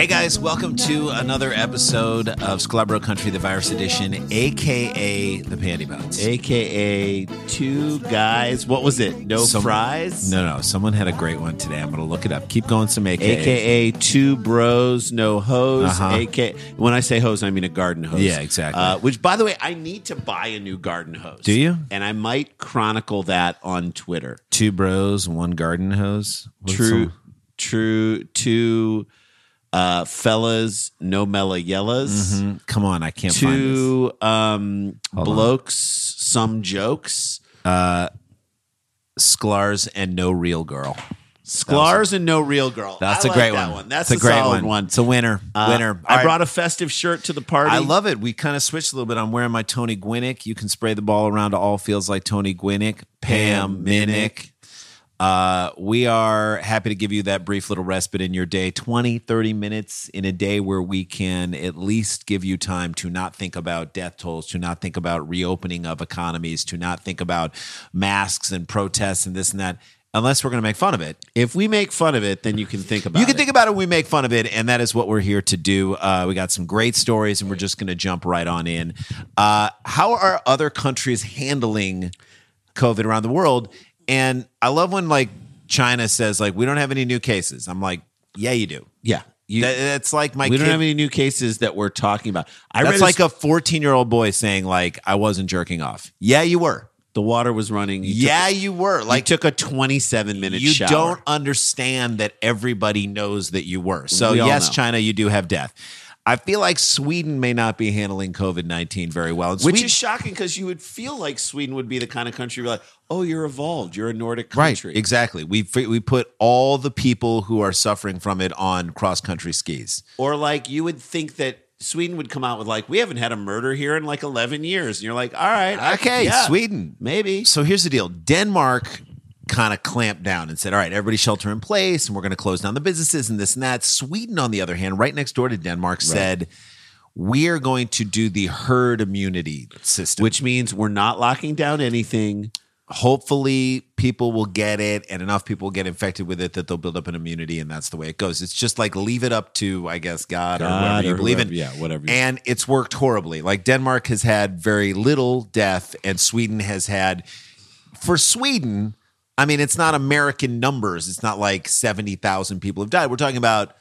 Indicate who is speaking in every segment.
Speaker 1: Hey guys, welcome to another episode of Scalabro Country, the virus edition, aka the Panty Boats.
Speaker 2: AKA two guys. What was it? No
Speaker 1: Some-
Speaker 2: fries?
Speaker 1: no, no, someone had a great one today. I'm going to look it up. Keep going, some AKA.
Speaker 2: AKA two bros, no hose.
Speaker 1: Uh-huh.
Speaker 2: AKA when I say hose, I mean a garden hose.
Speaker 1: Yeah, exactly.
Speaker 2: Uh, which, by the way, I need to buy a new garden hose.
Speaker 1: Do you?
Speaker 2: And I might chronicle that on Twitter.
Speaker 1: Two bros, one garden hose. What's
Speaker 2: true,
Speaker 1: the-
Speaker 2: true, two uh, fellas, no mella yellas.
Speaker 1: Mhm. Come on, I can't find this.
Speaker 2: Two um,
Speaker 1: Hold on.
Speaker 2: blokes, some jokes.
Speaker 1: Sklar's and no real girl.
Speaker 2: Sklar's and no real girl.
Speaker 1: That's
Speaker 2: I
Speaker 1: a
Speaker 2: like
Speaker 1: great
Speaker 2: that
Speaker 1: one.
Speaker 2: That's
Speaker 1: It's a great
Speaker 2: solid
Speaker 1: one. It's a winner.
Speaker 2: Uh,
Speaker 1: winner.
Speaker 2: I brought a festive shirt to the party.
Speaker 1: I love it. We kind of switched a little bit. I'm wearing my Tony Gwinnick. You can spray the ball around to all fields like Tony Gwinnick. Pam
Speaker 2: Pam
Speaker 1: Minnick. Uh, we are happy to give you that brief little respite in your day 20, 30 minutes in a day where we can at least give you time to not think about death tolls, to not think about reopening of economies, to not think about masks and protests and this and that, unless we're going to make fun of it.
Speaker 2: If we make fun of it, then you can think about
Speaker 1: You can
Speaker 2: it.
Speaker 1: think about it. We make fun of it, and that is what we're here to do. Uh, we got some great stories, and we're just going to jump right on in. Uh, how are other countries handling COVID around the world? And I love when like China says like we don't have any new cases. I'm like, yeah, you do.
Speaker 2: yeah. You,
Speaker 1: That- that's like my.
Speaker 2: we
Speaker 1: kid,
Speaker 2: don't have any new cases that we're talking about. I
Speaker 1: That's
Speaker 2: read
Speaker 1: like
Speaker 2: a,
Speaker 1: a 14 year old boy saying like I wasn't jerking off. Yeah, you were.
Speaker 2: the water was running. You
Speaker 1: yeah,
Speaker 2: took,
Speaker 1: you were.
Speaker 2: like
Speaker 1: Like
Speaker 2: took a twenty-seven minute.
Speaker 1: you
Speaker 2: shower.
Speaker 1: don't understand that everybody knows that you were. So
Speaker 2: We all
Speaker 1: yes,
Speaker 2: know.
Speaker 1: China, you do have death. I feel like Sweden may not be handling COVID nineteen very well, and
Speaker 2: which
Speaker 1: Sweden-
Speaker 2: is shocking because you would feel like Sweden would be the kind of country where like, oh, you're evolved, you're a Nordic country.
Speaker 1: Right, exactly. We we put all the people who are suffering from it on cross country skis.
Speaker 2: Or like you would think that Sweden would come out with like, we haven't had a murder here in like eleven years, and you're like, all right,
Speaker 1: Okay,
Speaker 2: yeah,
Speaker 1: Sweden.
Speaker 2: maybe.
Speaker 1: So here's the deal. Denmark kind of clamped down and said, all right, everybody shelter in place and we're going to close down the businesses and this and that. Sweden, on the other hand, right next door to Denmark, said, we're going to do the herd immunity system,
Speaker 2: Which means we're not locking down anything.
Speaker 1: hopefully people will get it and enough people will get infected with it that they'll build up an immunity and that's the way it goes. It's just like leave it up to, I guess, God, or
Speaker 2: God
Speaker 1: whatever you
Speaker 2: or
Speaker 1: believe in.
Speaker 2: whoever- yeah, whatever you-
Speaker 1: And it's worked horribly. Like Denmark has had very little death and Sweden has had, for Sweden, I mean, it's not American numbers. It's not like 70,000 people have died. We're talking about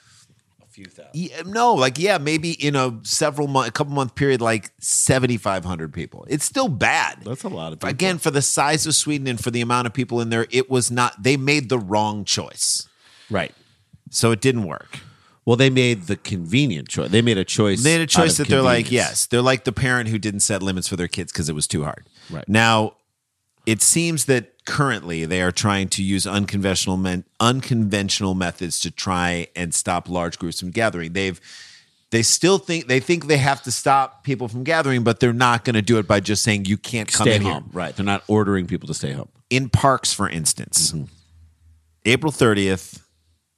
Speaker 3: few thousand.
Speaker 1: Yeah, no, like yeah, maybe in a several month, a couple month period, like seventy five hundred people. It's still bad.
Speaker 2: That's a lot of people.
Speaker 1: Again, for the size of Sweden and for the amount of people in there, it was not. They made the wrong choice,
Speaker 2: Right.
Speaker 1: so it didn't work.
Speaker 2: Well, they made the convenient choice. They made a choice.
Speaker 1: They had a
Speaker 2: out
Speaker 1: choice that
Speaker 2: of
Speaker 1: they're like,
Speaker 2: convenience.
Speaker 1: yes, they're like the parent who didn't set limits for their kids because it was too hard.
Speaker 2: Right.
Speaker 1: Now, it seems that currently they are trying to use unconventional men, unconventional methods to try and stop large groups from gathering. They've they still think they think they have to stop people from gathering, but they're not going to do it by just saying you can't come
Speaker 2: Stay
Speaker 1: in
Speaker 2: home.
Speaker 1: here.
Speaker 2: Right. They're not ordering people to stay home.
Speaker 1: In parks, for instance,
Speaker 2: Mm-hmm.
Speaker 1: April 30th.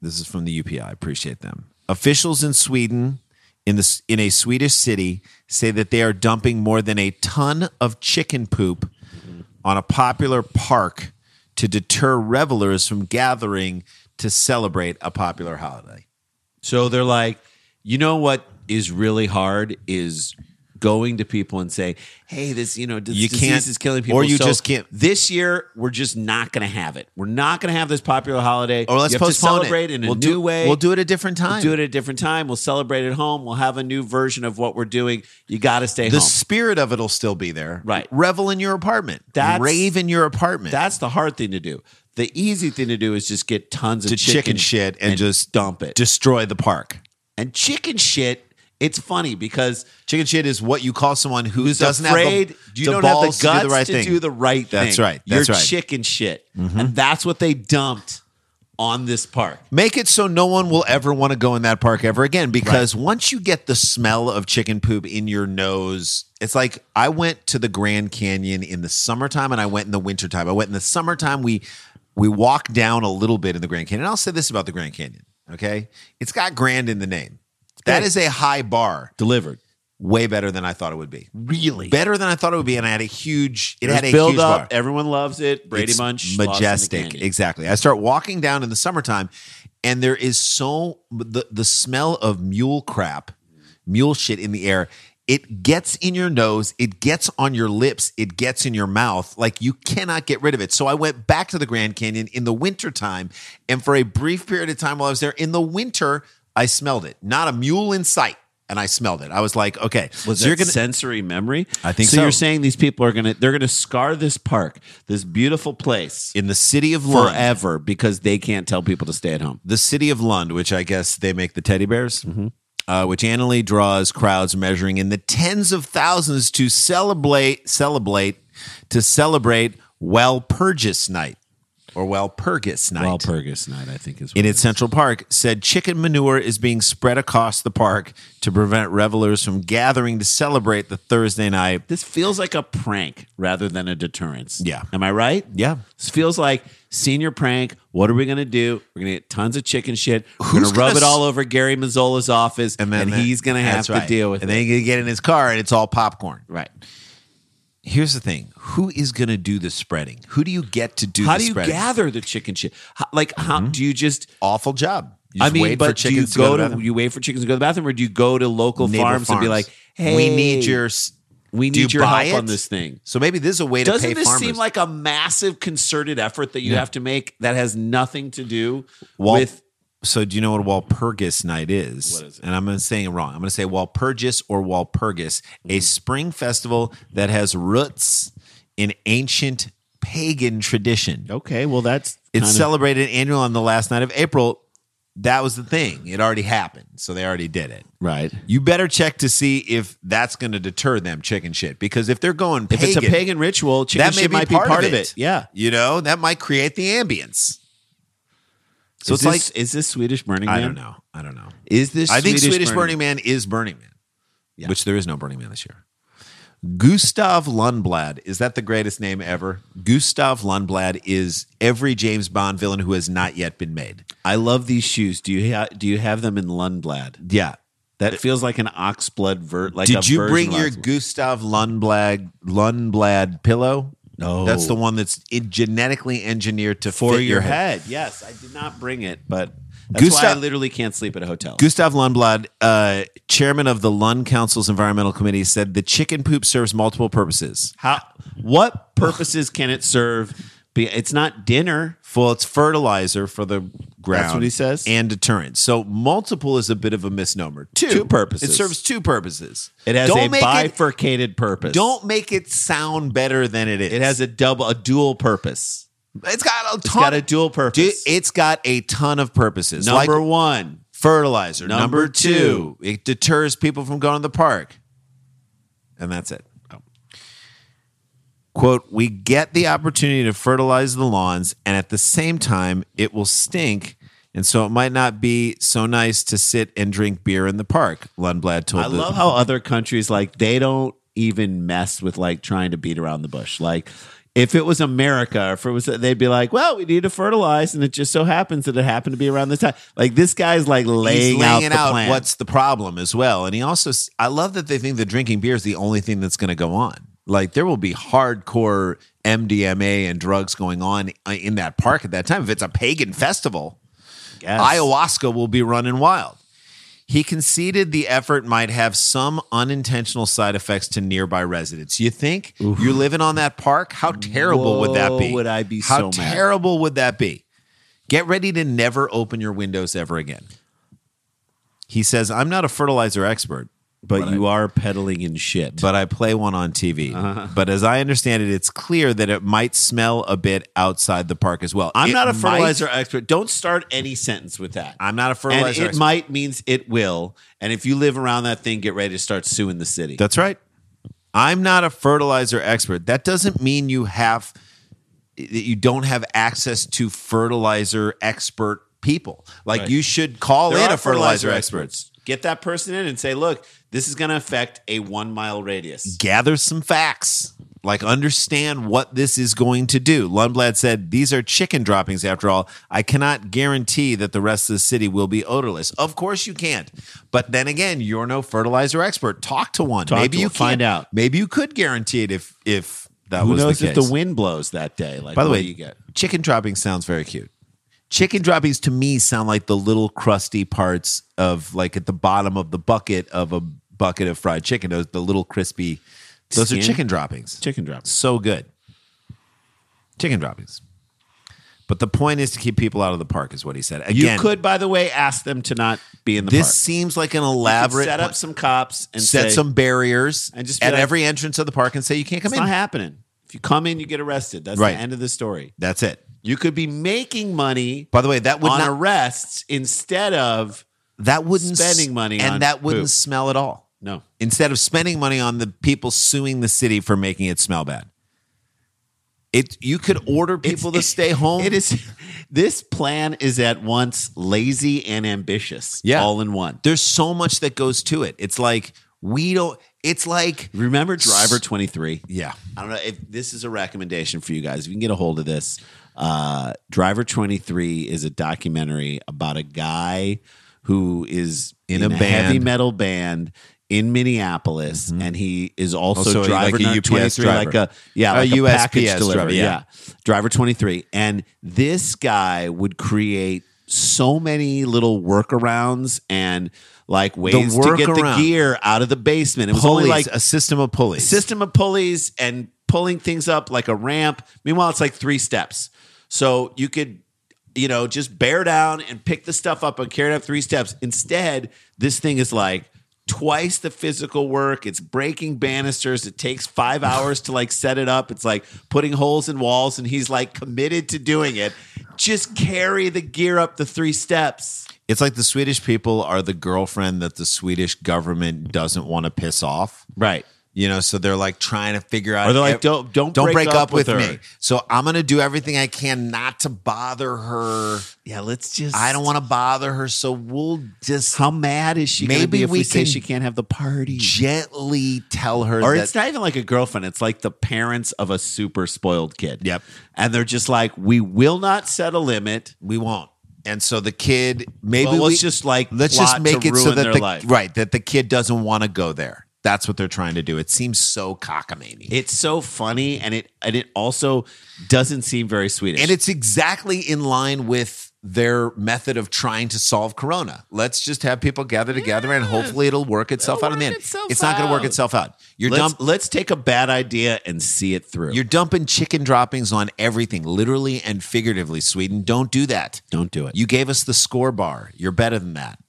Speaker 1: This is from the UPI. I appreciate them. Officials in Sweden, in this in a Swedish city, say that they are dumping more than a ton of chicken poop
Speaker 2: Mm-hmm.
Speaker 1: on a popular park to deter revelers from gathering to celebrate a popular holiday.
Speaker 2: So they're like, you know what is really hard is going to people and saying, "Hey, this you know this
Speaker 1: You
Speaker 2: disease
Speaker 1: can't-
Speaker 2: is killing people,
Speaker 1: or you
Speaker 2: so
Speaker 1: just can't-
Speaker 2: This year, we're just not going to have it. We're not going to have this popular holiday.
Speaker 1: Or let's
Speaker 2: you have to
Speaker 1: postpone
Speaker 2: celebrate
Speaker 1: it
Speaker 2: in a
Speaker 1: we'll
Speaker 2: new
Speaker 1: do,
Speaker 2: way.
Speaker 1: We'll do it a different time.
Speaker 2: We'll do it at a different time. We'll celebrate at home. We'll have a new version of what we're doing. You got to stay
Speaker 1: the
Speaker 2: home.
Speaker 1: spirit of it'll still be there.
Speaker 2: Right.
Speaker 1: Revel in your apartment.
Speaker 2: That's-
Speaker 1: Rave in your apartment.
Speaker 2: That's the hard thing to do. The easy thing to do is just get tons of
Speaker 1: To
Speaker 2: chicken,
Speaker 1: chicken shit and just
Speaker 2: dump it.
Speaker 1: Destroy the park.
Speaker 2: and chicken shit. It's funny because
Speaker 1: Chicken shit is what you call someone who
Speaker 2: who's
Speaker 1: doesn't
Speaker 2: afraid
Speaker 1: have the,
Speaker 2: you
Speaker 1: the
Speaker 2: don't have
Speaker 1: balls
Speaker 2: the guts
Speaker 1: to do the right thing.
Speaker 2: right
Speaker 1: That's
Speaker 2: thing.
Speaker 1: right. That's
Speaker 2: You're
Speaker 1: right. Mm-hmm.
Speaker 2: chicken shit, and that's what they dumped on this park.
Speaker 1: Make it so no one will ever want to go in that park ever again because once you get the smell of chicken poop in your nose, it's like I went to the Grand Canyon in the summertime and I went in the wintertime. I went in the summertime, we we walked down a little bit in the Grand Canyon. And I'll say this about the Grand Canyon, okay? It's got grand in the name. That
Speaker 2: big.
Speaker 1: is a high bar.
Speaker 2: Delivered.
Speaker 1: Way better than I thought it would be.
Speaker 2: Really.
Speaker 1: Better than I thought it would be, and I had a huge. It had a
Speaker 2: build
Speaker 1: huge
Speaker 2: up.
Speaker 1: bar.
Speaker 2: Everyone loves it. Brady
Speaker 1: It's
Speaker 2: Bunch, lost in the
Speaker 1: majestic.
Speaker 2: canyon.
Speaker 1: Exactly. I start walking down in the summertime, and there is so the the smell of mule crap, mule shit in the air. It gets in your nose, it gets on your lips, it gets in your mouth. Like you cannot get rid of it. So I went back to the Grand Canyon in the wintertime, and for a brief period of time while I was there in the winter, I smelled it. Not a mule in sight, and I smelled it. I was like, okay,
Speaker 2: Was
Speaker 1: so
Speaker 2: that
Speaker 1: you're gonna-
Speaker 2: sensory memory?
Speaker 1: I think
Speaker 2: so. You're
Speaker 1: so.
Speaker 2: saying these people are gonna they're gonna scar this park, this beautiful place,
Speaker 1: in the city of Lund,
Speaker 2: forever because they can't tell people to stay at home.
Speaker 1: the city of Lund, which I guess they make the teddy bears, uh, which annually draws crowds measuring in the tens of thousands to celebrate, celebrate, to celebrate Walpurgis Night or Walpurgis Night.
Speaker 2: Walpurgis night, I think is. What
Speaker 1: in its Central Park said chicken manure is being spread across the park to prevent revelers from gathering to celebrate the Thursday night.
Speaker 2: This feels like a prank rather than a deterrence.
Speaker 1: Yeah.
Speaker 2: Am I right?
Speaker 1: Yeah.
Speaker 2: This feels like senior prank. What are we going to do? We're going to get tons of chicken shit. We're
Speaker 1: Who's
Speaker 2: going to rub
Speaker 1: gonna
Speaker 2: it all
Speaker 1: s-
Speaker 2: over Gary Mazzola's office, and,
Speaker 1: then that-
Speaker 2: he's going to have
Speaker 1: that's right.
Speaker 2: to deal with
Speaker 1: And
Speaker 2: it.
Speaker 1: then he's going to get in his car and it's all popcorn.
Speaker 2: right.
Speaker 1: Here's the thing who is going to do the spreading? Who do you get to do
Speaker 2: How
Speaker 1: the
Speaker 2: do you
Speaker 1: spreading?
Speaker 2: gather the chicken shit? How, like, how do you just.
Speaker 1: awful job. You
Speaker 2: I
Speaker 1: just
Speaker 2: mean,
Speaker 1: wait
Speaker 2: but
Speaker 1: for
Speaker 2: do you
Speaker 1: chickens
Speaker 2: go
Speaker 1: to,
Speaker 2: to,
Speaker 1: go to
Speaker 2: you wait for chickens to go to the bathroom, or do you go to local
Speaker 1: neighbor
Speaker 2: farms, and be
Speaker 1: farms.
Speaker 2: like, "Hey,
Speaker 1: we need your, s-
Speaker 2: we
Speaker 1: do you
Speaker 2: need your
Speaker 1: buy
Speaker 2: help on
Speaker 1: it?"
Speaker 2: this thing."
Speaker 1: So maybe this is a way to
Speaker 2: Doesn't
Speaker 1: pay
Speaker 2: this
Speaker 1: farmers.
Speaker 2: seem like a massive concerted effort that you
Speaker 1: Yeah.
Speaker 2: have to make that has nothing to do
Speaker 1: Wal-
Speaker 2: with
Speaker 1: so do you know what Walpurgis night is?
Speaker 2: What is it?
Speaker 1: And I'm going to say it wrong. I'm going to say Walpurgis or Walpurgis,
Speaker 2: Mm-hmm.
Speaker 1: a spring festival that has roots in ancient pagan tradition.
Speaker 2: Okay, well that's
Speaker 1: It's celebrated annual on the last night of April. That was the thing. It already happened. So they already did it.
Speaker 2: right.
Speaker 1: You better check to see if that's going to deter them chicken shit because if they're going
Speaker 2: If it's a pagan ritual, chicken
Speaker 1: that may
Speaker 2: shit
Speaker 1: be
Speaker 2: might
Speaker 1: part,
Speaker 2: be part of it. Yeah.
Speaker 1: You know, that might create the ambience. So
Speaker 2: So it's
Speaker 1: it's
Speaker 2: like is this Swedish Burning
Speaker 1: like,
Speaker 2: Man?
Speaker 1: I don't know. I don't know.
Speaker 2: Is this
Speaker 1: I think
Speaker 2: Swedish
Speaker 1: Swedish
Speaker 2: Burning
Speaker 1: Burning, Man is Burning Man,
Speaker 2: Yeah.
Speaker 1: which there is no Burning Man this year. Gustav Lundblad. Is that the greatest name ever? Gustav Lundblad is every James Bond villain who has not yet been made.
Speaker 2: I love these shoes. Do you ha- do you have them in Lundblad?
Speaker 1: Yeah.
Speaker 2: That feels like an oxblood vert. Like
Speaker 1: Did
Speaker 2: a
Speaker 1: you
Speaker 2: version
Speaker 1: bring
Speaker 2: of
Speaker 1: your
Speaker 2: oxblood.
Speaker 1: Gustav Lundblad Lundblad pillow?
Speaker 2: No.
Speaker 1: That's the one that's in- genetically engineered to
Speaker 2: for
Speaker 1: fit
Speaker 2: your
Speaker 1: head.
Speaker 2: head? Yes, I did not bring it, but that's why I
Speaker 1: Gustav-
Speaker 2: literally can't sleep at a hotel.
Speaker 1: Gustav Lundblad, uh, chairman of the Lund Council's Environmental Committee, said the chicken poop serves multiple purposes.
Speaker 2: How? What purposes can it serve? Be, it's not dinner.
Speaker 1: Well, it's fertilizer for the ground.
Speaker 2: what he says?
Speaker 1: And deterrence. So multiple is a bit of a misnomer. Two,
Speaker 2: Two purposes.
Speaker 1: It serves two purposes.
Speaker 2: It has
Speaker 1: Don't
Speaker 2: a
Speaker 1: make it-
Speaker 2: bifurcated purpose.
Speaker 1: Don't make it sound better than it is.
Speaker 2: It has a double, a dual purpose.
Speaker 1: It's got a ton.
Speaker 2: It's got a dual purpose.
Speaker 1: Dude, it's got a ton of purposes.
Speaker 2: Number
Speaker 1: like
Speaker 2: one,
Speaker 1: fertilizer.
Speaker 2: Number
Speaker 1: Number two, it deters people from going to the park. And that's it.
Speaker 2: Oh.
Speaker 1: Quote, we get the opportunity to fertilize the lawns, and at the same time, it will stink. And so it might not be so nice to sit and drink beer in the park, Lundblad told
Speaker 2: I
Speaker 1: the-
Speaker 2: love how other countries like they don't even mess with like trying to beat around the bush. Like if it was America, or if it was, they'd be like, "Well, we need to fertilize," and it just so happens that it happened to be around this time. Like this guy's like laying,
Speaker 1: He's laying
Speaker 2: out, the
Speaker 1: out,
Speaker 2: plan.
Speaker 1: what's the problem as well. And he also, s- I love that they think that drinking beer is the only thing that's going to go on. Like there will be hardcore MDMA and drugs going on uh, in that park at that time. If it's a pagan festival,
Speaker 2: Yes.
Speaker 1: ayahuasca will be running wild. He conceded the effort might have some unintentional side effects to nearby residents. You think you're living on that park? How terrible would that be?
Speaker 2: Whoa, would I be
Speaker 1: How
Speaker 2: so mad.
Speaker 1: terrible would that be? Get ready to never open your windows ever again. He says, "I'm not a fertilizer expert,
Speaker 2: But you are peddling in shit.
Speaker 1: but I play one on TV. But as I understand it, it's clear that it might smell a bit outside the park as well.
Speaker 2: I'm
Speaker 1: It
Speaker 2: not a
Speaker 1: might-
Speaker 2: fertilizer expert. Don't start any sentence with that.
Speaker 1: I'm not a
Speaker 2: and
Speaker 1: fertilizer.
Speaker 2: it
Speaker 1: expert.
Speaker 2: might means it will. And if you live around that thing, get ready to start suing the city.
Speaker 1: That's right. I'm not a fertilizer expert. That doesn't mean you have that you don't have access to fertilizer expert people. Like
Speaker 2: Right.
Speaker 1: you should call in
Speaker 2: are
Speaker 1: a fertilizer, expert.
Speaker 2: Get that person in and say, look, this is going to affect a one mile radius.
Speaker 1: Gather some facts. Like understand what this is going to do. Lundblad said, "These are chicken droppings after all. I cannot guarantee that the rest of the city will be odorless. Of course you can't. But then again, you're no fertilizer expert. Talk to one.
Speaker 2: Talk
Speaker 1: maybe
Speaker 2: to
Speaker 1: you
Speaker 2: one. Find
Speaker 1: can't-
Speaker 2: out.
Speaker 1: Maybe you could guarantee it if if that
Speaker 2: Who
Speaker 1: was
Speaker 2: knows
Speaker 1: the
Speaker 2: if
Speaker 1: case.
Speaker 2: the wind blows that day? Like,
Speaker 1: By the
Speaker 2: what
Speaker 1: way,
Speaker 2: do you get
Speaker 1: chicken droppings sounds very cute. Chicken droppings to me sound like the little crusty parts of like at the bottom of the bucket of a bucket of fried chicken. Those the little crispy. Those are
Speaker 2: Skin?
Speaker 1: chicken droppings.
Speaker 2: chicken drops.
Speaker 1: So good. Chicken droppings. But the point is to keep people out of the park, is what he said.
Speaker 2: You
Speaker 1: Again,
Speaker 2: could, by the way, ask them to not be in the
Speaker 1: This
Speaker 2: park.
Speaker 1: seems like an
Speaker 2: You could
Speaker 1: elaborate.
Speaker 2: set up
Speaker 1: pla-
Speaker 2: some cops and
Speaker 1: set
Speaker 2: say,
Speaker 1: some barriers
Speaker 2: And just be
Speaker 1: at
Speaker 2: like,
Speaker 1: every entrance of the park and say you can't come
Speaker 2: It's
Speaker 1: in.
Speaker 2: not happening. If you come in, you get arrested. That's
Speaker 1: Right.
Speaker 2: the end of the story.
Speaker 1: That's it.
Speaker 2: You could be making money
Speaker 1: By the way, that would
Speaker 2: on
Speaker 1: not
Speaker 2: arrests instead of
Speaker 1: that wouldn't s-
Speaker 2: spending money
Speaker 1: and
Speaker 2: on
Speaker 1: that wouldn't
Speaker 2: poop.
Speaker 1: smell at all.
Speaker 2: no.
Speaker 1: instead of spending money on the people suing the city for making it smell bad. It you could order people to
Speaker 2: It's-
Speaker 1: stay home.
Speaker 2: It is this plan is at once lazy and ambitious.
Speaker 1: Yeah.
Speaker 2: All in one.
Speaker 1: there's so much that goes to it. It's like we don't it's like
Speaker 2: Remember Driver 23?
Speaker 1: yeah.
Speaker 2: I don't know if this is a recommendation for you guys. If you can get a hold of this, uh, Driver 23 is a documentary about a guy who is
Speaker 1: In a
Speaker 2: heavy
Speaker 1: band. Mm-hmm.
Speaker 2: metal band in Minneapolis, and he is also,
Speaker 1: Also,
Speaker 2: driver
Speaker 1: like a
Speaker 2: number
Speaker 1: UPS
Speaker 2: 23,
Speaker 1: driver.
Speaker 2: like a yeah,
Speaker 1: A
Speaker 2: like a
Speaker 1: USPS
Speaker 2: package deliverer,
Speaker 1: driver, yeah.
Speaker 2: yeah. Driver 23. And this guy would create so many little workarounds and like ways to get the
Speaker 1: workaround.
Speaker 2: gear out of the basement. It was
Speaker 1: Pulleys,
Speaker 2: only like
Speaker 1: a system of pulleys.
Speaker 2: system of pulleys and pulling things up like a ramp. Meanwhile, it's like three steps. So you could, you know, just bear down and pick the stuff up and carry it up three steps. Instead, this thing is like twice the physical work. It's breaking banisters. It takes five hours to like set it up. It's like putting holes in walls, and he's like committed to doing it. Just carry the gear up the three steps.
Speaker 1: It's like the Swedish people are the girlfriend that the Swedish government doesn't want to piss off.
Speaker 2: Right.
Speaker 1: You know, so they're like trying to figure out.
Speaker 2: Or they're like, "Don't- don't break
Speaker 1: break,
Speaker 2: up
Speaker 1: up, with,
Speaker 2: with her."
Speaker 1: me. So I'm going to do everything I can not to bother her.
Speaker 2: Yeah. Let's just.
Speaker 1: I don't want to bother her, so we'll just
Speaker 2: How mad is she? Maybe
Speaker 1: Maybe
Speaker 2: if we,
Speaker 1: we
Speaker 2: say
Speaker 1: can
Speaker 2: she can't have the party.
Speaker 1: gently tell her
Speaker 2: or
Speaker 1: that
Speaker 2: it's not even like a girlfriend it's like the parents of a super spoiled kid
Speaker 1: Yep.
Speaker 2: and they're just like we will not set a limit
Speaker 1: we won't. And so the kid maybe
Speaker 2: Well, let's
Speaker 1: we-
Speaker 2: just, like,
Speaker 1: let's
Speaker 2: plot
Speaker 1: just make
Speaker 2: to
Speaker 1: it so
Speaker 2: ruin
Speaker 1: that
Speaker 2: their
Speaker 1: the
Speaker 2: life.
Speaker 1: right that the kid doesn't want to go there. That's what they're trying to do. It seems so cockamamie.
Speaker 2: it's so funny and it and it also doesn't seem very swedish
Speaker 1: and it's exactly in line with their method of trying to solve corona. Let's just have people gather together and hopefully it'll work itself out in the
Speaker 2: work
Speaker 1: end.
Speaker 2: itself
Speaker 1: It's not going to work
Speaker 2: out.
Speaker 1: itself out. You're
Speaker 2: Let's,
Speaker 1: dump
Speaker 2: let's take a bad idea and see it through.
Speaker 1: you're dumping chicken droppings on everything, literally and figuratively, Sweden. Don't do that.
Speaker 2: Don't do it.
Speaker 1: You gave us the score bar. You're better than that.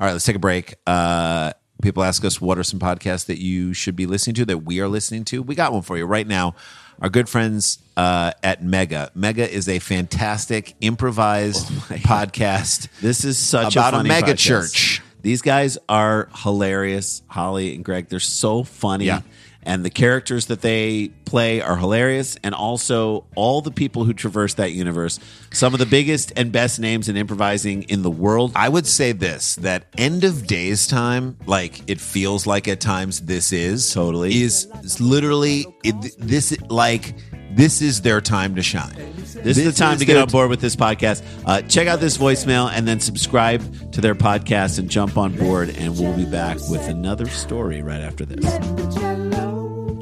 Speaker 1: All right, let's take a break. Uh, people ask us what are some podcasts that you should be listening to that we are listening to. We got one for you right now. Our good friends uh, at Mega. Mega is a fantastic improvised
Speaker 2: Oh
Speaker 1: podcast.
Speaker 2: This is such
Speaker 1: About a
Speaker 2: a, funny
Speaker 1: mega
Speaker 2: podcast.
Speaker 1: church.
Speaker 2: These guys are hilarious, Holly and Greg. They're so funny.
Speaker 1: Yeah.
Speaker 2: And the characters that they play are hilarious, and also all the people who traverse that universe. Some of the biggest and best names in improvising in the world.
Speaker 1: I would say this that end of days time, like it feels like at times this is
Speaker 2: Totally.
Speaker 1: is is literally it, this like this is their time to shine.
Speaker 2: This, is the time to get
Speaker 1: their-
Speaker 2: on board with this podcast. Uh, check out this voicemail and then subscribe to their podcast and jump on board. And we'll be back with another story right after this.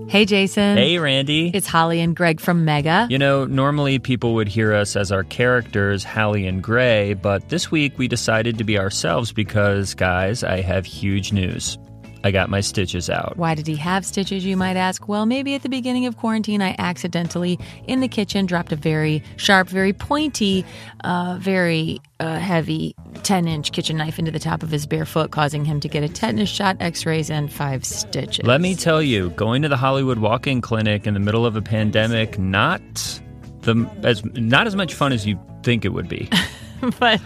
Speaker 4: Hey, Jason.
Speaker 5: Hey, Randy.
Speaker 4: It's Holly and Greg from Mega.
Speaker 5: You know, normally people would hear us as our characters, Hallie and Gray, but this week we decided to be ourselves because, guys, I have huge news. I got my stitches out.
Speaker 4: Why did he have stitches, you might ask? Well, maybe at the beginning of quarantine, I accidentally, in the kitchen, dropped a very sharp, very pointy, uh, very uh, heavy 10 inch kitchen knife into the top of his bare foot, causing him to get a tetanus shot, x rays, and five stitches.
Speaker 5: Let me tell you, going to the Hollywood walk-in clinic in the middle of a pandemic, not the as not as much fun as you think it would be.
Speaker 4: but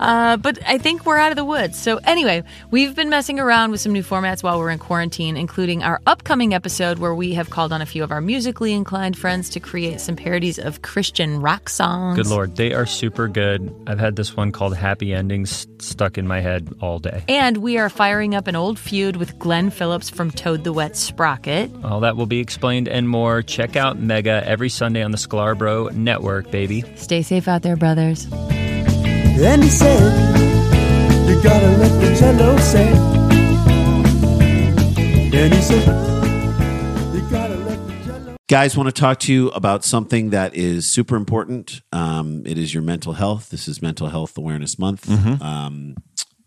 Speaker 4: uh, but I think we're out of the woods. So anyway, we've been messing around with some new formats while we're in quarantine, including our upcoming episode where we have called on a few of our musically inclined friends to create some parodies of Christian rock songs.
Speaker 5: Good lord, they are super good. I've had this one called Happy Endings stuck in my head all day.
Speaker 4: And we are firing up an old feud with Glenn Phillips from Toad the Wet Sprocket.
Speaker 5: All that will be explained and more. Check out Mega every Sunday on the Scarbro Network, baby.
Speaker 4: Stay safe out there, brothers.
Speaker 6: Then he said, You gotta let the cello sing. Then he said, You gotta let the cello
Speaker 2: Guys, want to talk to you about something that is super important. Um, it is your mental health. This is Mental Health Awareness Month. Um,
Speaker 1: Mm-hmm.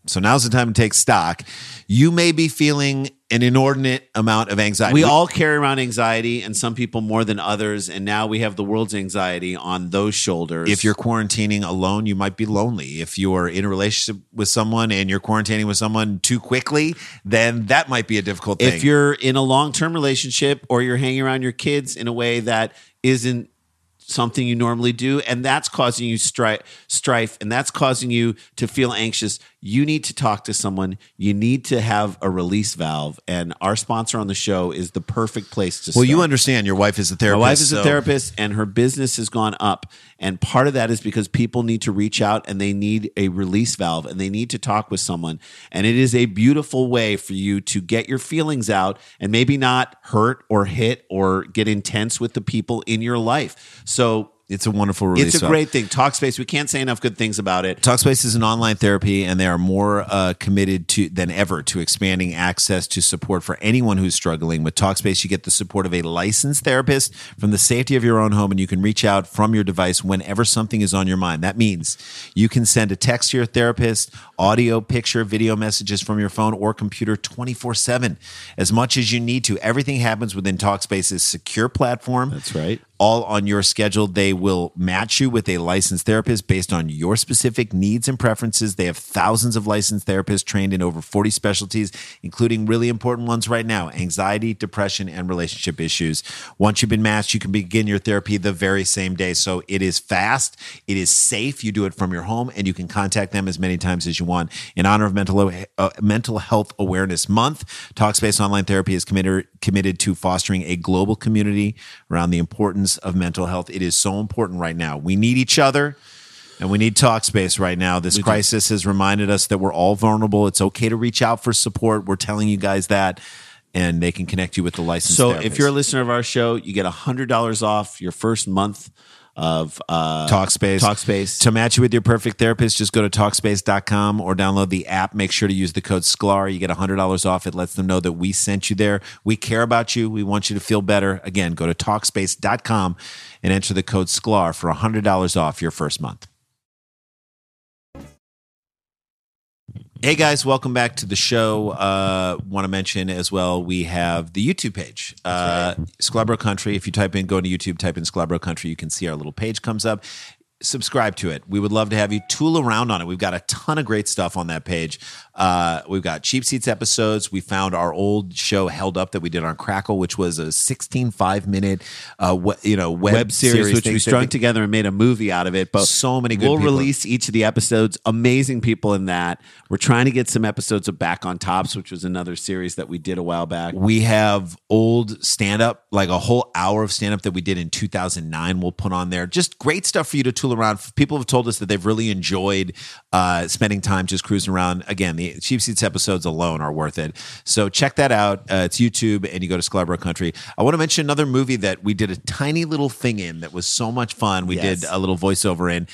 Speaker 1: So now's the time to take stock. You may be feeling an inordinate amount of anxiety.
Speaker 2: we all carry around anxiety, and some people more than others. And now we have the world's anxiety on those shoulders.
Speaker 1: if you're quarantining alone, you might be lonely. If you're in a relationship with someone and you're quarantining with someone too quickly, then that might be a difficult thing.
Speaker 2: if you're in a long term relationship or you're hanging around your kids in a way that isn't something you normally do, and that's causing you strife, strife, and that's causing you to feel anxious, you need to talk to someone. You need to have a release valve, and our sponsor on the show is the perfect place to.
Speaker 1: well, you
Speaker 2: start.
Speaker 1: understand your wife is a therapist.
Speaker 2: My wife is a
Speaker 1: so-
Speaker 2: therapist, and her business has gone up. And part of that is because people need to reach out and they need a release valve and they need to talk with someone. And it is a beautiful way for you to get your feelings out and maybe not hurt or hit or get intense with the people in your life. So
Speaker 1: It's a wonderful release.
Speaker 2: it's a
Speaker 1: valve.
Speaker 2: great thing. Talkspace, we can't say enough good things about it.
Speaker 1: Talkspace is an online therapy, and they are more uh, committed to than ever to expanding access to support for anyone who's struggling. With Talkspace, you get the support of a licensed therapist from the safety of your own home, and you can reach out from your device whenever something is on your mind. That means you can send a text to your therapist, audio, picture, video messages from your phone or computer 24 7, as much as you need to. Everything happens within Talkspace's secure platform.
Speaker 2: That's right.
Speaker 1: All on your schedule. They will match you with a licensed therapist based on your specific needs and preferences. They have thousands of licensed therapists trained in over 40 specialties, including really important ones right now anxiety, depression, and relationship issues. Once you've been matched, you can begin your therapy the very same day. So it is fast, it is safe. You do it from your home, and you can contact them as many times as you want. In honor of Mental, uh, mental Health Awareness Month, Talkspace Online Therapy is committed, committed to fostering a global community around the importance of mental health. It is so important right now. We need each other. And we need Talkspace right now. This crisis has reminded us that we're all vulnerable. It's okay to reach out for support. We're telling you guys that, and they can connect you with the licensed.
Speaker 2: So if
Speaker 1: therapist.
Speaker 2: you're a listener of our show, you get $100 off your first month of uh,
Speaker 1: Talkspace.
Speaker 2: Talkspace.
Speaker 1: To match you with your perfect therapist, just go to Talkspace.com or download the app. Make sure to use the code SCLAR. You get $100 off. It lets them know that we sent you there. We care about you. We want you to feel better. Again, go to Talkspace.com and enter the code SCLAR for $100 off your first month. Hey guys, welcome back to the show. Uh, Want to mention as well, we have the YouTube page, uh, Scalabro Country. If you type in, go to YouTube, type in Scalabro Country, you can see our little page comes up. Subscribe to it. We would love to have you tool around on it. We've got a ton of great stuff on that page. Uh, we've got cheap seats episodes. We found our old show held up that we did on Crackle, which was a 16 five minute, uh, we- you know, web,
Speaker 2: web series, which
Speaker 1: thing
Speaker 2: we
Speaker 1: that
Speaker 2: strung
Speaker 1: we-
Speaker 2: together and made a movie out of it. But
Speaker 1: So many good
Speaker 2: We'll
Speaker 1: people.
Speaker 2: release each of the episodes. Amazing people in that. We're trying to get some episodes of Back on Tops, which was another series that we did a while back.
Speaker 1: We have old stand up, like a whole hour of stand up that we did in 2009. We'll put on there. Just great stuff for you to tool around. People have told us that they've really enjoyed uh, spending time just cruising around. Again, the Cheap Seats episodes alone are worth it. So check that out. Uh, it's YouTube and you go to Scarborough Country. I want to mention another movie that we did a tiny little thing in that was so much fun. We
Speaker 2: Yes.
Speaker 1: did a little voiceover in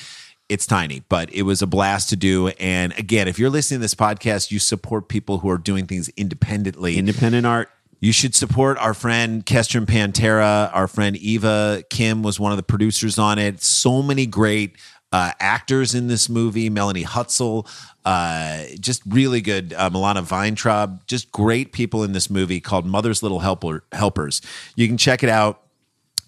Speaker 1: it's tiny, but it was a blast to do. And again, if you're listening to this podcast, you support people who are doing things independently.
Speaker 2: Independent art.
Speaker 1: You should support our friend Kestrin Pantera. Our friend Eva Kim was one of the producers on it. So many great uh, actors in this movie. Melanie Hutzel, uh, just really good. Uh, Milana Weintraub, just great people in this movie called Mother's Little Helper, Helpers. You can check it out.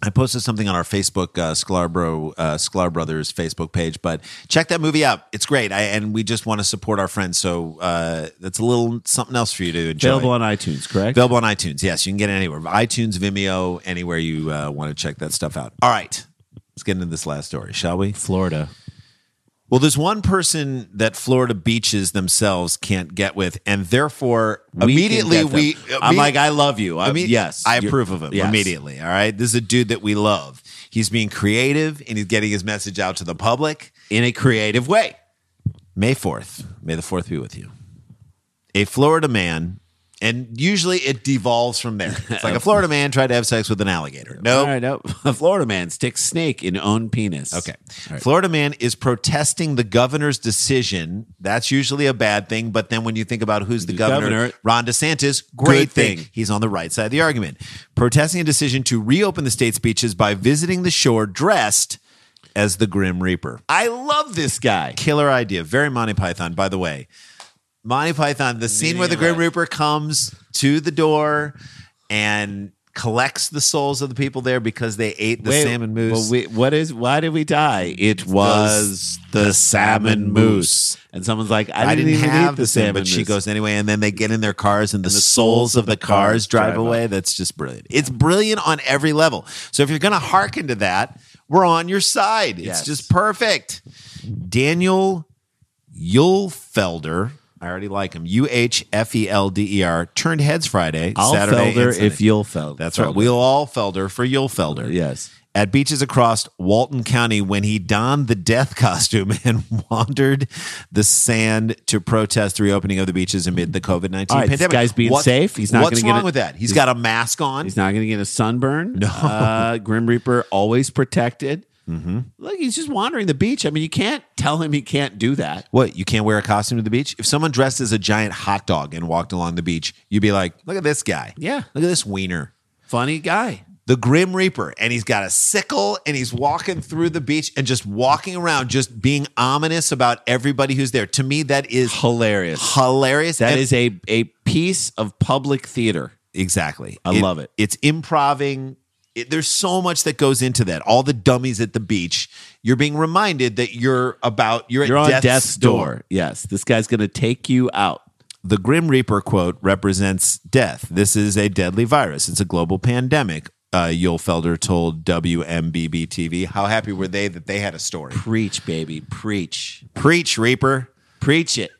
Speaker 1: I posted something on our Facebook uh, Sklar uh, Sklar Brothers Facebook page, but check that movie out. It's great, I, and we just want to support our friends. So uh, that's a little something else for you to enjoy.
Speaker 2: Available on iTunes, correct?
Speaker 1: Available on iTunes. Yes, you can get it anywhere. iTunes, Vimeo, anywhere you uh, want to check that stuff out. All right, let's get into this last story, shall we?
Speaker 2: Florida.
Speaker 1: Well, there's one person that Florida beaches themselves can't get with, and therefore
Speaker 2: We
Speaker 1: immediately
Speaker 2: can get them.
Speaker 1: we.
Speaker 2: I'm like, I love you. I
Speaker 1: I Uh, mean,
Speaker 2: mean, yes,
Speaker 1: I
Speaker 2: You're-
Speaker 1: approve of him
Speaker 2: yes.
Speaker 1: immediately. All right, this is a dude that we love. He's being creative and he's getting his message out to the public.
Speaker 2: in a creative way.
Speaker 1: May 4th. May the 4th be with you. A Florida man, and usually it devolves from there. It's like a Florida man tried to have sex with an alligator. No.
Speaker 2: All right, no. a Florida man sticks snake in own penis.
Speaker 1: Okay.
Speaker 2: All right.
Speaker 1: Florida man is protesting the governor's decision. That's usually a bad thing, but then when you think about who's the, governor,
Speaker 2: governor.
Speaker 1: Ron DeSantis, great
Speaker 2: Good thing.
Speaker 1: thing. He's on the right side of the argument. Protesting a decision to reopen the state's beaches by visiting the shore dressed as the Grim Reaper.
Speaker 2: I love this guy.
Speaker 1: killer idea. Very Monty Python, by the way. Monty Python, the scene where the Grim Reaper comes to the door and collects the souls of the people there because they ate the
Speaker 2: Wait,
Speaker 1: salmon moose.
Speaker 2: well, we- what is? Why did we die? It was the, salmon moose. And someone's like, I didn't,
Speaker 1: I didn't,
Speaker 2: even
Speaker 1: have
Speaker 2: eat
Speaker 1: the salmon, but
Speaker 2: moose.
Speaker 1: she goes anyway. And then they get in their cars, and the, souls of the cars drive away. That's just brilliant. It's brilliant on every level. So if you're going to hearken to that, we're on your side.
Speaker 2: Yes.
Speaker 1: It's just perfect. Daniel Yulfelder. I already like him. U H F E L D E R turned heads Friday,
Speaker 2: I'll
Speaker 1: Saturday, and
Speaker 2: felder
Speaker 1: Sunday.
Speaker 2: if you'll felder.
Speaker 1: That's right. We'll all Felder for Yulfelder.
Speaker 2: yes.
Speaker 1: At beaches across Walton County, when he donned the death costume and wandered the sand to protest the reopening of the beaches amid the COVID 19
Speaker 2: All right, this
Speaker 1: pandemic.
Speaker 2: guy's being safe. He's not
Speaker 1: What's
Speaker 2: gonna get
Speaker 1: wrong
Speaker 2: it-
Speaker 1: with that? he's got a mask on.
Speaker 2: He's not going to get a sunburn. No. Uh, Grim Reaper always protected.
Speaker 1: Mm-hmm.
Speaker 2: Look, he's just wandering the beach. I mean, you can't tell him he can't do that.
Speaker 1: what? You can't wear a costume to the beach? If someone dressed as a giant hot dog and walked along the beach, you'd be like, look at this guy.
Speaker 2: Yeah.
Speaker 1: Look at this wiener.
Speaker 2: Funny guy.
Speaker 1: the Grim Reaper, and he's got a sickle and he's walking through the beach and just walking around, just being ominous about everybody who's there. To me, that is
Speaker 2: Hilarious.
Speaker 1: hilarious.
Speaker 2: That
Speaker 1: And-
Speaker 2: is a, a piece of public theater.
Speaker 1: exactly.
Speaker 2: I love it.
Speaker 1: It's improving. It, there's so much that goes into that. All the dummies at the beach. You're being reminded that you're about you're,
Speaker 2: You're
Speaker 1: at
Speaker 2: on
Speaker 1: death's,
Speaker 2: death's, door. Yes. This guy's going to take you out.
Speaker 1: The Grim Reaper quote represents death. This is a deadly virus. It's a global pandemic. Uh, Yulfelder told WMBB TV. How happy were they that they had a story?
Speaker 2: Preach, baby. Preach.
Speaker 1: Preach, Reaper.
Speaker 2: Preach it.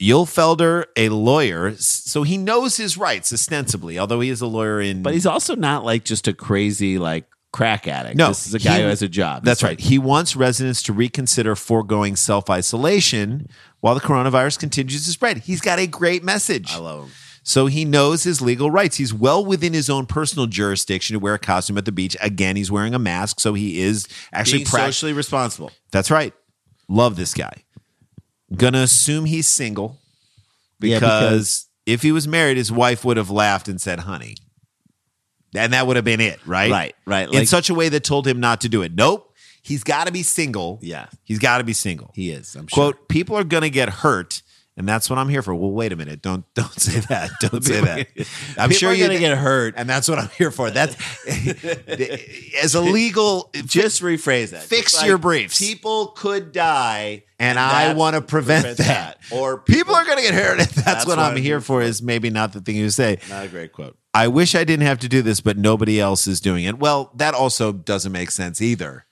Speaker 1: Yulfelder, a lawyer, s- so he knows his rights ostensibly, although he is a lawyer in.
Speaker 2: But he's also not like just a crazy, like, crack addict.
Speaker 1: no,
Speaker 2: This is a guy
Speaker 1: he-
Speaker 2: who has a job.
Speaker 1: That's
Speaker 2: He's
Speaker 1: right. He wants residents to reconsider foregoing self isolation while the coronavirus continues to spread. He's got a great message. I love him. So he knows his legal rights. He's well within his own personal jurisdiction to wear a costume at the beach. Again, he's wearing a mask, so he is actually
Speaker 2: Being
Speaker 1: prac-
Speaker 2: socially responsible.
Speaker 1: That's right. Love this guy. Gonna assume he's single
Speaker 2: Yeah,
Speaker 1: because,
Speaker 2: because-
Speaker 1: if he was married, his wife would have laughed and said, honey. And that would have been it, right?
Speaker 2: Right, right.
Speaker 1: In
Speaker 2: Like-
Speaker 1: such a way that told him not to do it. Nope. He's got to be single.
Speaker 2: Yeah.
Speaker 1: He's got to be single.
Speaker 2: He is. I'm sure.
Speaker 1: Quote, people are going to get hurt And that's what I'm here for. Well, wait a minute. Don't don't say that. Don't say that. I'm
Speaker 2: People
Speaker 1: sure
Speaker 2: are
Speaker 1: you're
Speaker 2: gonna get hurt.
Speaker 1: and that's what I'm here for. That's as a legal.
Speaker 2: Just rephrase that.
Speaker 1: Fix
Speaker 2: Just
Speaker 1: your briefs.
Speaker 2: People could die,
Speaker 1: and I
Speaker 2: that's-
Speaker 1: want to prevent that.
Speaker 2: Or
Speaker 1: People are going to get hurt. That's,
Speaker 2: That's
Speaker 1: what,
Speaker 2: what
Speaker 1: I'm
Speaker 2: I'm
Speaker 1: here
Speaker 2: here
Speaker 1: for. Is maybe not the thing you say.
Speaker 2: Not a great quote.
Speaker 1: I wish I didn't have to do this, but nobody else is doing it. Well, that also doesn't make sense either.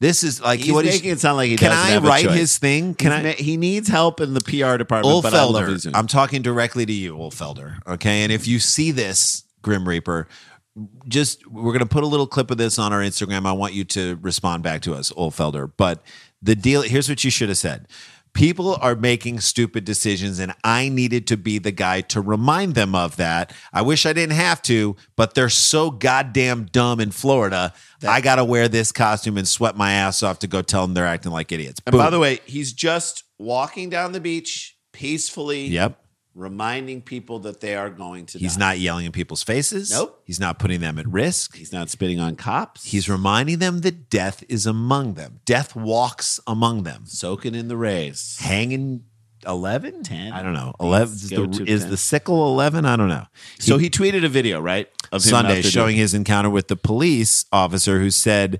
Speaker 1: This is like
Speaker 2: He's
Speaker 1: what
Speaker 2: making it sound like he
Speaker 1: can
Speaker 2: doesn't
Speaker 1: I
Speaker 2: have a
Speaker 1: write
Speaker 2: choice.
Speaker 1: his thing? Can
Speaker 2: He's
Speaker 1: I?
Speaker 2: ma- he needs help in the PR department. But I love what he's
Speaker 1: Ulfelder,
Speaker 2: doing.
Speaker 1: I'm talking directly to you, Ulfelder. Okay, and if you see this, Grim Reaper, just we're gonna put a little clip of this on our Instagram. I want you to respond back to us, Ulfelder. But the deal here's what you should have said. People are making stupid decisions, and I needed to be the guy to remind them of that. I wish I didn't have to, but they're so goddamn dumb in Florida. I got to wear this costume and sweat my ass off to go tell them they're acting like idiots.
Speaker 2: and by the way, he's just walking down the beach peacefully.
Speaker 1: yep.
Speaker 2: Reminding people that they are going to.
Speaker 1: He's
Speaker 2: die.
Speaker 1: not yelling in people's faces.
Speaker 2: Nope.
Speaker 1: He's not putting them at risk.
Speaker 2: He's not spitting on cops.
Speaker 1: He's reminding them that death is among them. Death walks among them.
Speaker 2: soaking in the rays.
Speaker 1: Hanging 11?
Speaker 2: 10?
Speaker 1: I don't know. 11 is,
Speaker 2: go
Speaker 1: the,
Speaker 2: to
Speaker 1: is
Speaker 2: 10.
Speaker 1: the sickle 11? I don't know.
Speaker 2: So he tweeted a video, right? Of him out
Speaker 1: Sunday
Speaker 2: there doing-
Speaker 1: showing his encounter with the police officer who said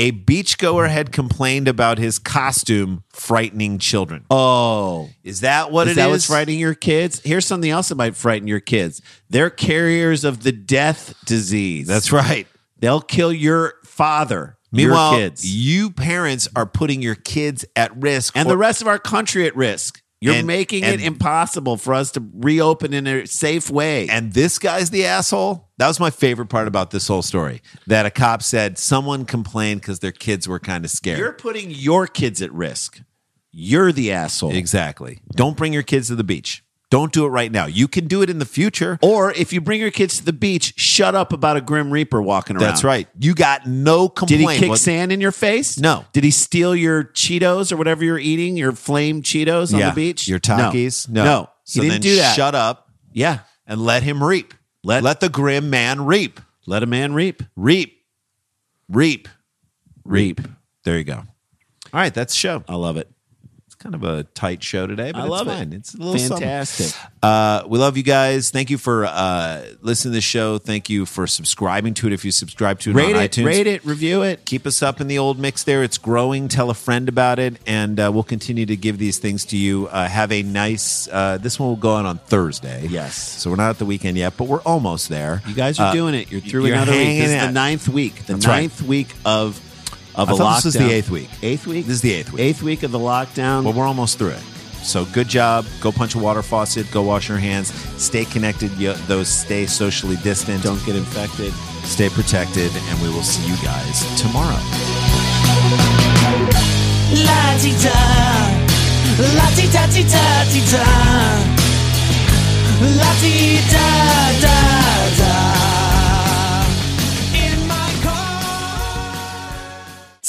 Speaker 1: a beachgoer had complained about his costume frightening children.
Speaker 2: Oh,
Speaker 1: Is that what
Speaker 2: is
Speaker 1: it
Speaker 2: that
Speaker 1: is?
Speaker 2: what's frightening your kids? Here's something else that might frighten your kids. They're carriers of the death disease.
Speaker 1: That's right.
Speaker 2: They'll kill your father,
Speaker 1: Meanwhile,
Speaker 2: your kids,
Speaker 1: you parents are putting your kids at risk
Speaker 2: and
Speaker 1: or-
Speaker 2: the rest of our country at risk. You're
Speaker 1: And-
Speaker 2: making
Speaker 1: and-
Speaker 2: it impossible for us to reopen in a safe way.
Speaker 1: and this guy's the asshole. That was my favorite part about this whole story. That a cop said someone complained because their kids were kind of scared.
Speaker 2: you're putting your kids at risk. You're the asshole.
Speaker 1: exactly. Don't bring your kids to the beach. Don't do it right now. You can do it in the future.
Speaker 2: Or if you bring your kids to the beach, shut up about a grim reaper walking around.
Speaker 1: That's right. You got no
Speaker 2: Did
Speaker 1: complaint.
Speaker 2: he kick
Speaker 1: What-
Speaker 2: sand in your face?
Speaker 1: No.
Speaker 2: Did he steal your Cheetos or whatever you're eating, your flame Cheetos on
Speaker 1: Yeah.
Speaker 2: the beach?
Speaker 1: Your Takis?
Speaker 2: No.
Speaker 1: No.
Speaker 2: No.
Speaker 1: So
Speaker 2: he
Speaker 1: then
Speaker 2: didn't do that.
Speaker 1: Shut up
Speaker 2: yeah.
Speaker 1: and let him reap.
Speaker 2: Let-
Speaker 1: let the grim man reap.
Speaker 2: Let a man reap.
Speaker 1: Reap. Reap.
Speaker 2: Reap.
Speaker 1: There you go. All right, that's the show.
Speaker 2: I love it.
Speaker 1: It's kind of a tight show today, but
Speaker 2: I
Speaker 1: it's
Speaker 2: love it.
Speaker 1: fine. It's a little something.
Speaker 2: Fantastic.
Speaker 1: Uh, we love you guys. Thank you for uh, listening to the show. Thank you for subscribing to it. If you subscribe to it
Speaker 2: Rate
Speaker 1: on
Speaker 2: it,
Speaker 1: iTunes,
Speaker 2: rate it, review it.
Speaker 1: Keep us up in the old mix there. It's growing. Tell a friend about it, and uh, we'll continue to give these things to you. Uh, have a nice. Uh, this one will go out on Thursday.
Speaker 2: Yes.
Speaker 1: So we're not at the weekend yet, but we're almost there.
Speaker 2: You guys are
Speaker 1: Uh,
Speaker 2: doing it. You're through
Speaker 1: you're
Speaker 2: another week. This
Speaker 1: hanging
Speaker 2: is the
Speaker 1: out.
Speaker 2: ninth week. The
Speaker 1: That's right.
Speaker 2: ninth week of of
Speaker 1: I
Speaker 2: a
Speaker 1: thought
Speaker 2: lockdown.
Speaker 1: this was the eighth week.
Speaker 2: Eighth week?
Speaker 1: This is the eighth week.
Speaker 2: Eighth week of the lockdown.
Speaker 1: Well, we're almost through it. So good job. Go punch a water faucet. Go wash your hands. Stay connected. yo- Those stay socially distant.
Speaker 2: Don't get infected.
Speaker 1: Stay protected, and we will see you guys tomorrow.
Speaker 6: La-ti-ta, la-ti-ta-ti-ta-ti-ta, la-ti-da-da-da. In my car.